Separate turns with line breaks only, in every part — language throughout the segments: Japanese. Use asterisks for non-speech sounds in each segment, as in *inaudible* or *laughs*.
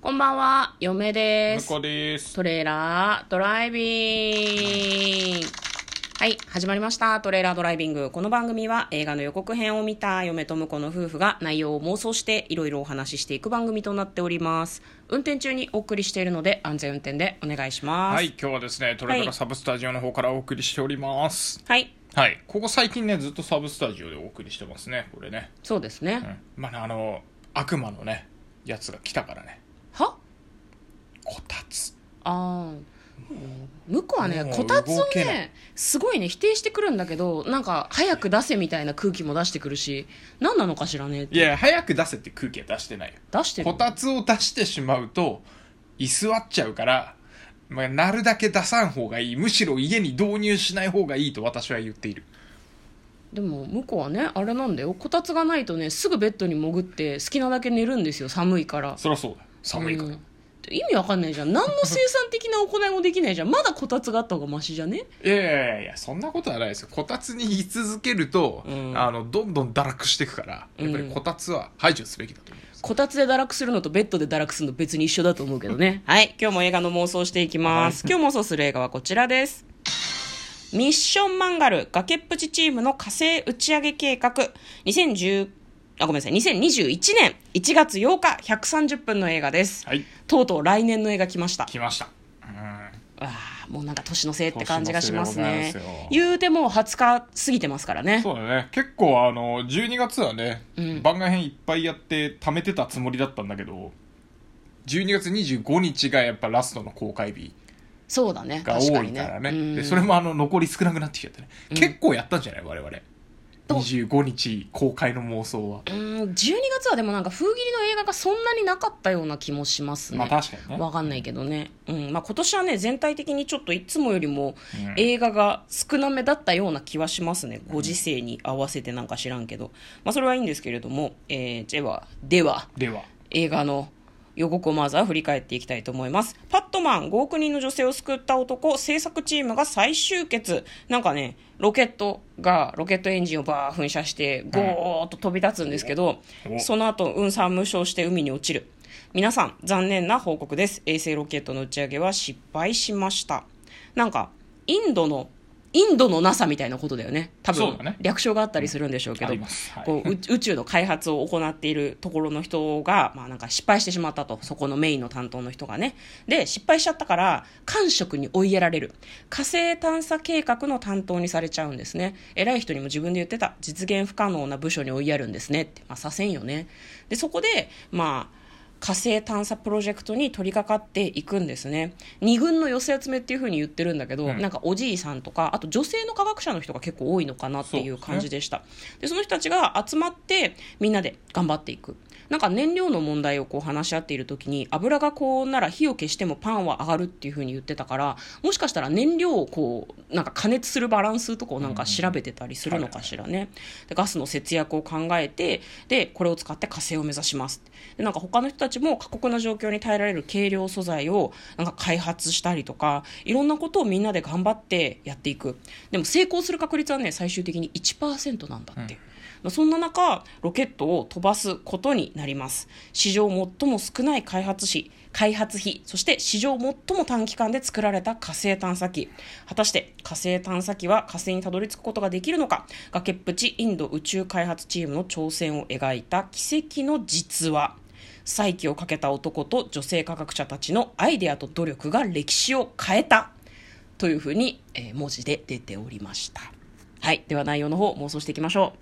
こんばんは、嫁で
向
す
こ。うです。
トレーラードライビング。はい、始まりました。トレーラードライビング。この番組は映画の予告編を見た嫁と婿の夫婦が内容を妄想していろいろお話ししていく番組となっております。運転中にお送りしているので安全運転でお願いします。
は。い、今日はですね、トレドラサブスタジオの方からお送りしております。
はい、
はい、ここ最近ね、ずっとサブスタジオでお送りしてますね、これね。
そうです
う
ね。
ん、まあね、あの、悪魔のね、やつが来たからね、
は
こたつ。
あー向こうはね
もう
こたつを
動けな
ねすごいね否定してくるんだけどなんか早く出せみたいな空気も出してくるし何なのかしらねっ
い
て
や、早く出せって空気は出してないよ。
出してる
こたつを出してしまうと、居座っちゃうから、まあ、なるだけ出さん方がいい。むしろ家に導入しない方がいいと私は言っている。
でも向こうはねあれなんだよこたつがないとねすぐベッドに潜って好きなだけ寝るんですよ寒いから
そりゃそうだ。寒いから。
うん意味わかんないじゃん何の生産的な行いもできないじゃんまだこたつがあった方がマシじゃね
いやいやいやそんなことはないですよこたつに居続けると、
うん
あのどんどん堕落していくからやっぱりこたつは排除すべきだと思います、
こたつで堕落するのとベッドで堕落するの別に一緒だと思うけど
*laughs*
ねはい今日も映画の妄想していきます、今日妄想する映画はこちらですミッションマンガル崖っぷちチームの火星打ち上げ計画2010あごめんなさい2021年1月8日130分の映画です、
はい
とうとう来年の映画来ました
来ました
わあもうなんか年のせいって感じがしますね
年の瀬でございますよ
言うてもう20日過ぎてますからね
そうだね結構あの12月はね、
うん
番外編いっぱいやって貯めてたつもりだったんだけど12月25日がやっぱラストの公開日
そうだね
が多
確かに
いからね
うん
でそれもあの残り少なくなってきちゃってね、結構やったんじゃない我々
どう
25日公開の妄想は、
うん12月はでもなんか封切りの映画がそんなになかったような気もしますね
まあ確かにね
わかんないけどね、うんまあ、今年はね全体的にちょっといつもよりも
うん
映画が少なめだったような気はしますね、ご時世に合わせてなんか知らんけど、まあ、それはいいんですけれども、えーではでは
では
映画の予告をまずは振り返っていきたいと思います。パットマン、5億人の女性を救った男、制作チームが再集結。なんかね、ロケットが、ロケットエンジンをバー噴射して、ゴーッと飛び立つんですけど、
おお
その後、運算無償して海に落ちる。皆さん、残念な報告です。衛星ロケットの打ち上げは失敗しました。なんか、インドの、インドの NASA みたいなことだよね。多
そう
分、
だね
略称があったりするんでしょうけ
あ
ど
ります、はい
こうう *laughs* 宇宙の開発を行っているところの人が、まあ、なんか失敗してしまったとそこのメインの担当の人がねで失敗しちゃったから官職に追いやられる火星探査計画の担当にされちゃうんですね偉い人にも自分で言ってた実現不可能な部署に追いやるんですねって、まあ、させんよねでそこでまあ火星探査プロジェクトに取り掛かっていくんですね二軍の寄せ集めっていうふうに言ってるんだけど、
うん
なんかおじいさんとかあと女性の科学者の人が結構多いのかなっていう感じでしたでその人たちが集まってみんなで頑張っていくなんか燃料の問題をこう話し合っている時に油が高温なら火を消してもパンは上がるっていうふうに言ってたからもしかしたら燃料をこうなんか加熱するバランスとかをなんか調べてたりするのかしらねでガスの節約を考えてでこれを使って火星を目指しますでなんか他の人たちも過酷な状況に耐えられる軽量素材をなんか開発したりとかいろんなことをみんなで頑張ってやっていくでも成功する確率はね最終的に1%なんだっていう。まあそんな中、ロケットを飛ばすことになります。史上最も少ない開発費、開発費、そして史上最も短期間で作られた火星探査機。果たして火星探査機は火星にたどり着くことができるのか、崖っぷちインド宇宙開発チームの挑戦を描いた奇跡の実話。再起をかけた男と女性科学者たちのアイデアと努力が歴史を変えた。というふうに、えー文字で出ておりました。はい。では内容の方、妄想していきましょう。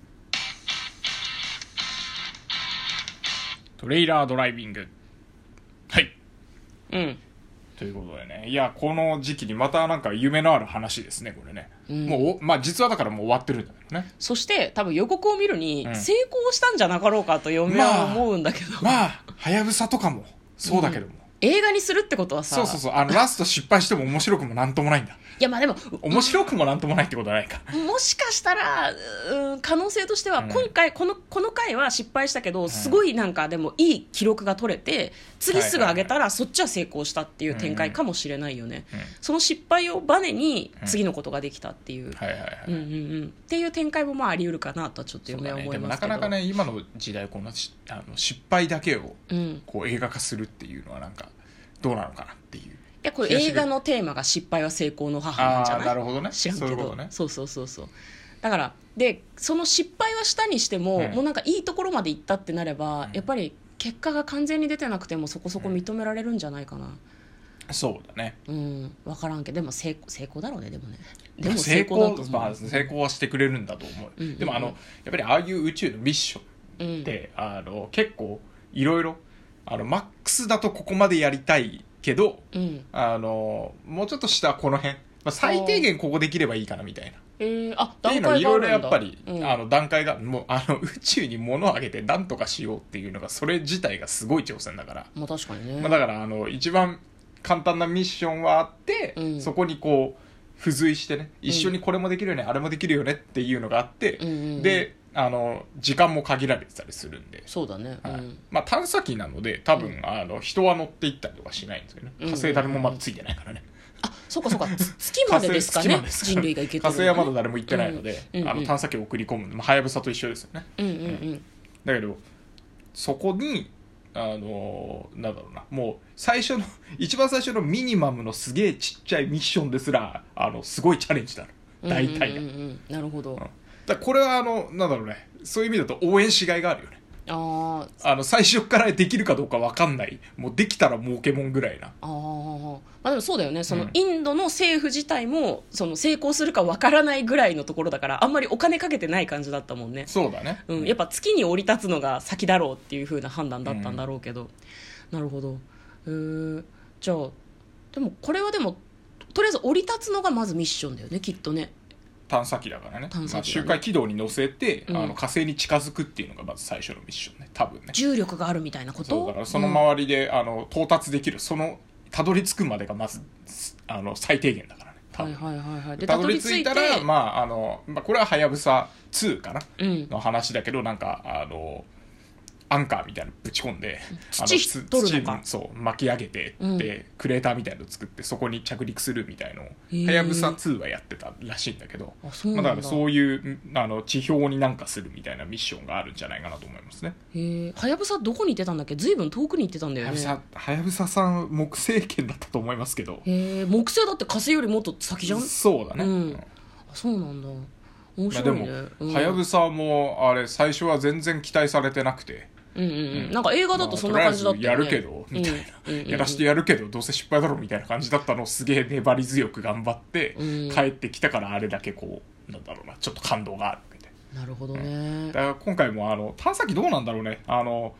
トレイラードライビングはい
うん、
ということでねいやこの時期にまたなんか夢のある話ですねこれね、もうおまあ実はだからもう終わってるんだけどね
そして多分予告を見るに
ん
成功したんじゃなかろうかと嫁は思うんだけど、
まあはやぶさとかもそうだけども、
映画にするってことはさ
そうそうそうあのラスト失敗しても面白くもなんともないんだ
いやまあでも
面白くもなんともないってことはないか
もしかしたらうーん可能性としては
うん
今回、このこの回は失敗したけどすごいなんかでもいい記録が取れて次すぐ上げたらそっちは成功したっていう展開かもしれないよね、
うん
その失敗をバネに次のことができたっていう、
はいはいはい、
うんうんうん、っていう展開もまああり得るかなとはちょっと
そう
夢
だ
は
ね
思
で
い
も
ま
な
すけ
か
ど、
なかね今の時代このしあの失敗だけを
うん、い
こう映画化するっていうのはなんかどうなのかなっていう
やこれ映画のテーマが失敗は成功の母なん
あ
じゃ
あ
な
ー
い
なるほどね
知らんけ
そういうこ
ど
とね
そうそうそうそうだからでその失敗はしたにしても、
うん
もうなんかいいところまで行ったってなれば、
うん
やっぱり結果が完全に出てなくてもそこそこ認められるんじゃないかな
そうだね
うん分からんけどでも成成功だろうねでもねで
で
も
も
成
成
功だ
功
と思う、
まあ成功はしてくれるんだと思う、
うんうんうん
でもあのやっぱりああいう宇宙のミッション
うん
って、あの結構いろいろあのマックスだとここまでやりたいけど
うん
あのもうちょっと下はこの辺、まあ、最低限ここできればいいかなみたいな
えー、あ
ってい
段
うのは
階がある
いろい
ん
ろ
だ
やっぱり、
うん
あの段階がもうあの宇宙に物をあげて何とかしようっていうのがそれ自体がすごい挑戦だから、
まあ確かにね、
まあ、だからあの一番簡単なミッションはあって、
うん
そこにこう付随してね一緒にこれもできるよね、あれもできるよねっていうのがあって、
うんうんうん
であの時間も限られてたりするんで、
そうだね、
はい
うん
まあ、探査機なので多分、あの人は乗っていったりとかしないんですよね
うん
火星誰もまだついてないからね、
あそうかそうかつ月までですか
火
ね
星月ま
人類
でで
が
す
行けて
火
る
星はまだ誰も行ってないので、
うんうん
あの探査機を送り込むまあはやぶさと一緒ですよね
うんうんうん
だけどそこにあのーなんだろうなもう最初の *laughs* 一番最初のミニマムのすげえちっちゃいミッションですらあのすごいチャレンジだ
う
なん大体が、
うんうんうんなるほど、
んだからこれはあのなんだろうねそういう意味だと応援しがいがあるよね
ああ
あの最初からできるかどうか分かんないもうできたら儲けもんぐらいな
あーまあでもそうだよねその
うん
インドの政府自体もその成功するかわからないぐらいのところだからあんまりお金かけてない感じだったもんね、
そうだね
うん、やっぱ月に降り立つのが先だろうっていう風な判断だったんだろうけど、なるほどへーじゃあでもこれはでもとりあえず降り立つのがまずミッションだよねきっとね
探査機だからね
探査
まあ、
機だね
周回軌道に乗せて、
うん
あの火星に近づくっていうのがまず最初のミッションね多分ね
重力があるみたいなこと
そうだからその
うん
周りで、あの到達できるそのたどり着くまでがまずあの最低限だからね多分、
はいはいはいはいで
たどり着いたら、まああのまあ、これははやぶさ2かな
うん、
の話だけどなんかあのアンカーみたいなのぶち込んで
土
あのつ
取るのか
土そう巻き上げて、
うん
でクレーターみたいの作ってそこに着陸するみたいのをは
ー
やぶさ2はやってたらしいんだけど
あそう
ま
な
あ、
ん
だ
だ,、
からそういうんあの地表になんかするみたいなミッションがあるんじゃないかなと思いますね
へえはやぶさどこに行ってたんだっけずいぶん遠くに行ってたんだ
は
よ
やぶ
ね
さはやぶささん木星圏だったと思いますけど
へえ木星だって火星よりもっと先じゃん
そうだね、
うん
うん
あそうなんだ面白
まあ、で
い
も
ね、うん
はやぶさもあれ最初は全然期待されてなくて
うんうんうんなんか映画だとそんな感じだった
まあ
よ
と
ね
りあえずやるけどみたいな、
うんうんうんうん
やらしてやるけどどうせ失敗だろうみたいな感じだったのをすげえ粘り強く頑張って、
うん
帰ってきたからあれだけこうなんだろうなちょっと感動があるみたいな
なるほどね
だから今回もあの探査機どうなんだろうねあの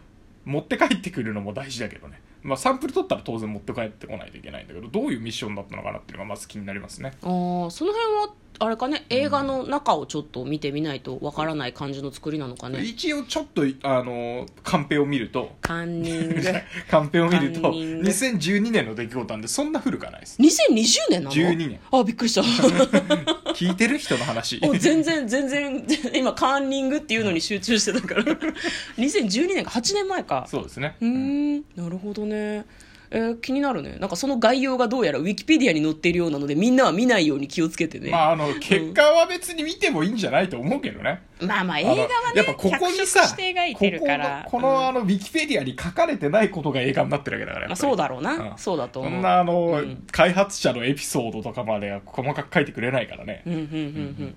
持って帰ってくるのも大事だけどねまあ、サンプル取ったら当然持って帰ってこないといけないんだけどどういうミッションだったのかなっていうのがまず気になりますね
あーその辺はあれかね映画の中をちょっと見てみないとわからない感じの作りなのかね
一応ちょっとあのカンペを見ると
カンニング
*laughs* カンペを見る
カ
と
ンニング
2012年の出来事なんでそんな古くはないです
2020年なの
12年
あびっくりした
*laughs* 聞いてる人の話
*laughs* お全然全然今カンニングっていうのに集中してたから
*laughs*
2012年か8年前か
そうですね
うーんなるほどね、えー気になるねなんかその概要がどうやらウィキペディアに載っているようなのでみんなは見ないように気をつけてね、
まああの結果は別に見てもいいんじゃないと思うけどね
まあまあ映
あ
画
の
はね
やっぱここにさ
脚色して描いてるから
ここのこ
う
の
ん
あのウィキペディアに書かれてないことが映画になってるわけだからや
まあ、
っぱり
そうだろうな、
ん
そうだと
そ
思うん
なあの、
うん
開発者のエピソードとかまでは細かく書いてくれないからね
うんうんうんうん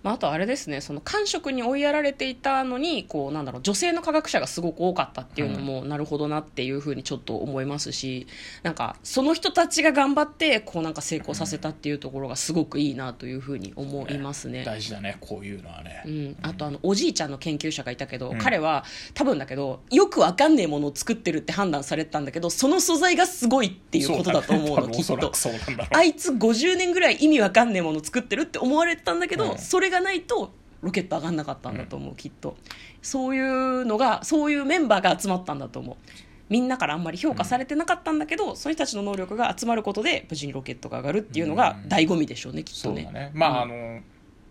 まあ、あとあれですねその官職に追いやられていたのにこうなんだろう女性の科学者がすごく多かったっていうのも、なるほどなっていうふうにちょっと思いますしなんかその人たちが頑張ってこうなんか成功させたっていうところがすごくいいなというふうに思いますね。
大事だねこういうのはね、
うん、あとあのおじいちゃんの研究者がいたけど、
うん
彼は多分だけどよくわかんねえものを作ってるって判断されてたんだけどその素材がすごいっていうことだと思うの
そだね多分
き
お
っ
そら
と
く。そうなんだろう
あいつ50年ぐらい意味わかんねえものを作ってるって思われてたんだけど、
うん
それがないとロケット上がんなかったんだと思う、きっとそういうのがそういうメンバーが集まったんだと思うみんなからあんまり評価されてなかったんだけど、その人たちの能力が集まることで無事にロケットが上がるっていうのが
うん
醍醐味でしょうねきっ
そ
と
う
ね
だねまあ、
うん
あ
なん
の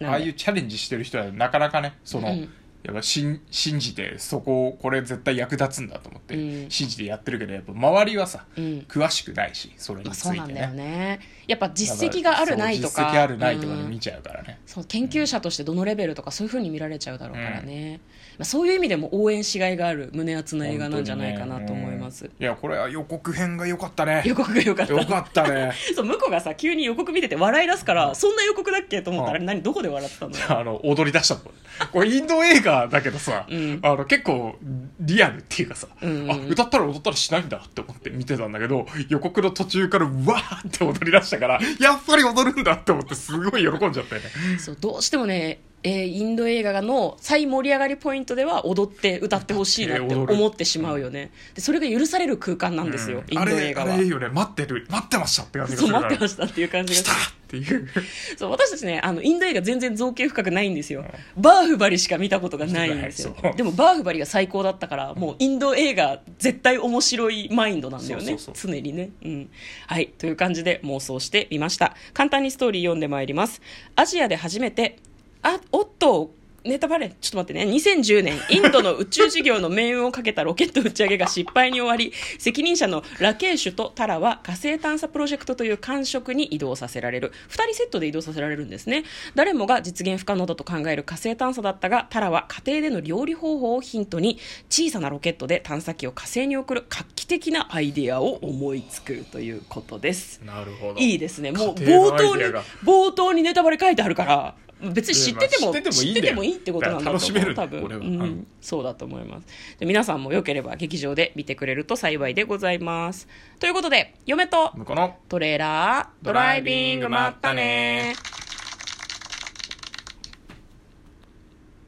で
ああいうチャレンジしてる人はなかなかねその、
うん
やっぱ信信じてそこをこれ絶対役立つんだと思って、
うん
信じてやってるけどやっぱ周りはさ
うん
詳しくないしそれに
まあ、
つ
そう
い
な
て
んだよ
ね
ねやっぱ実績があるないと
そう
か
実績あるないとかで
うん
見ちゃうからね、
そう研究者としてどのレベルとかそういうふうに見られちゃうだろうからね、まあ、そういう意味でも応援しがいがある胸熱な映画なんじゃないかなと思います、
いやこれは予告編が良かったね
*laughs* 予告が良かった
良かったね
そう向こうがさ急に予告見てて笑い出すからそんな予告だっけと思ったらあれ何どこで笑ってたんだよ
*laughs* あの踊り出したとここれインド映画だけどさ、
うん
あの結構リアルっていうかさ、
うんうん
あ歌ったら踊ったらしないんだって思って見てたんだけど予告の途中からうわーって踊り出したからやっぱり踊るんだって思ってすごい喜んじゃったよね
*laughs* そうどうしてもね、えーインド映画の最盛り上がりポイントでは踊って歌ってほしいなって
踊る
思ってしまうよねでそれが許される空間なんですよ、
うん
インド映画
あれ
は
あれいいよね待ってる待ってましたって感じがす
そう
るか
待って
ら
ましたっていう感じがす
来た
る
っていう
*laughs* そう私たちねあのインド映画全然造形深くないんですよ、バーフバリしか見たことがないんですよ
そう
でもバーフバリが最高だったからもうインド映画絶対面白いマインドなんだよね
そうそうそ
常にね、うん、はいという感じで妄想してみました簡単にストーリー読んでまいりますアジアで初めてあおっとネタバレちょっと待ってね2010年インドの宇宙事業の命運をかけたロケット打ち上げが失敗に終わり責任者のラケーシュとタラは火星探査プロジェクトという官職に移動させられる2人セットで移動させられるんですね誰もが実現不可能だと考える火星探査だったがタラは家庭での料理方法をヒントに小さなロケットで探査機を火星に送る画期的なアイデアを思いつくということです *laughs*
なるほど
いいですねもう
家庭
冒頭
のアイ
に
デアが
冒頭にネタバレ書いてあるから別に知ってても、
いやまあ
知
知
っ
ってて
て
て
も
も
い
い
い
い
っ
ん
て
だ
こ
よ
となんだと思う
楽しめるね
多分
これは
うん
うん
そうだと思いますで皆さんもよければ劇場で見てくれると幸いでございますということで嫁と
向こうの
トレーラードライビングまったね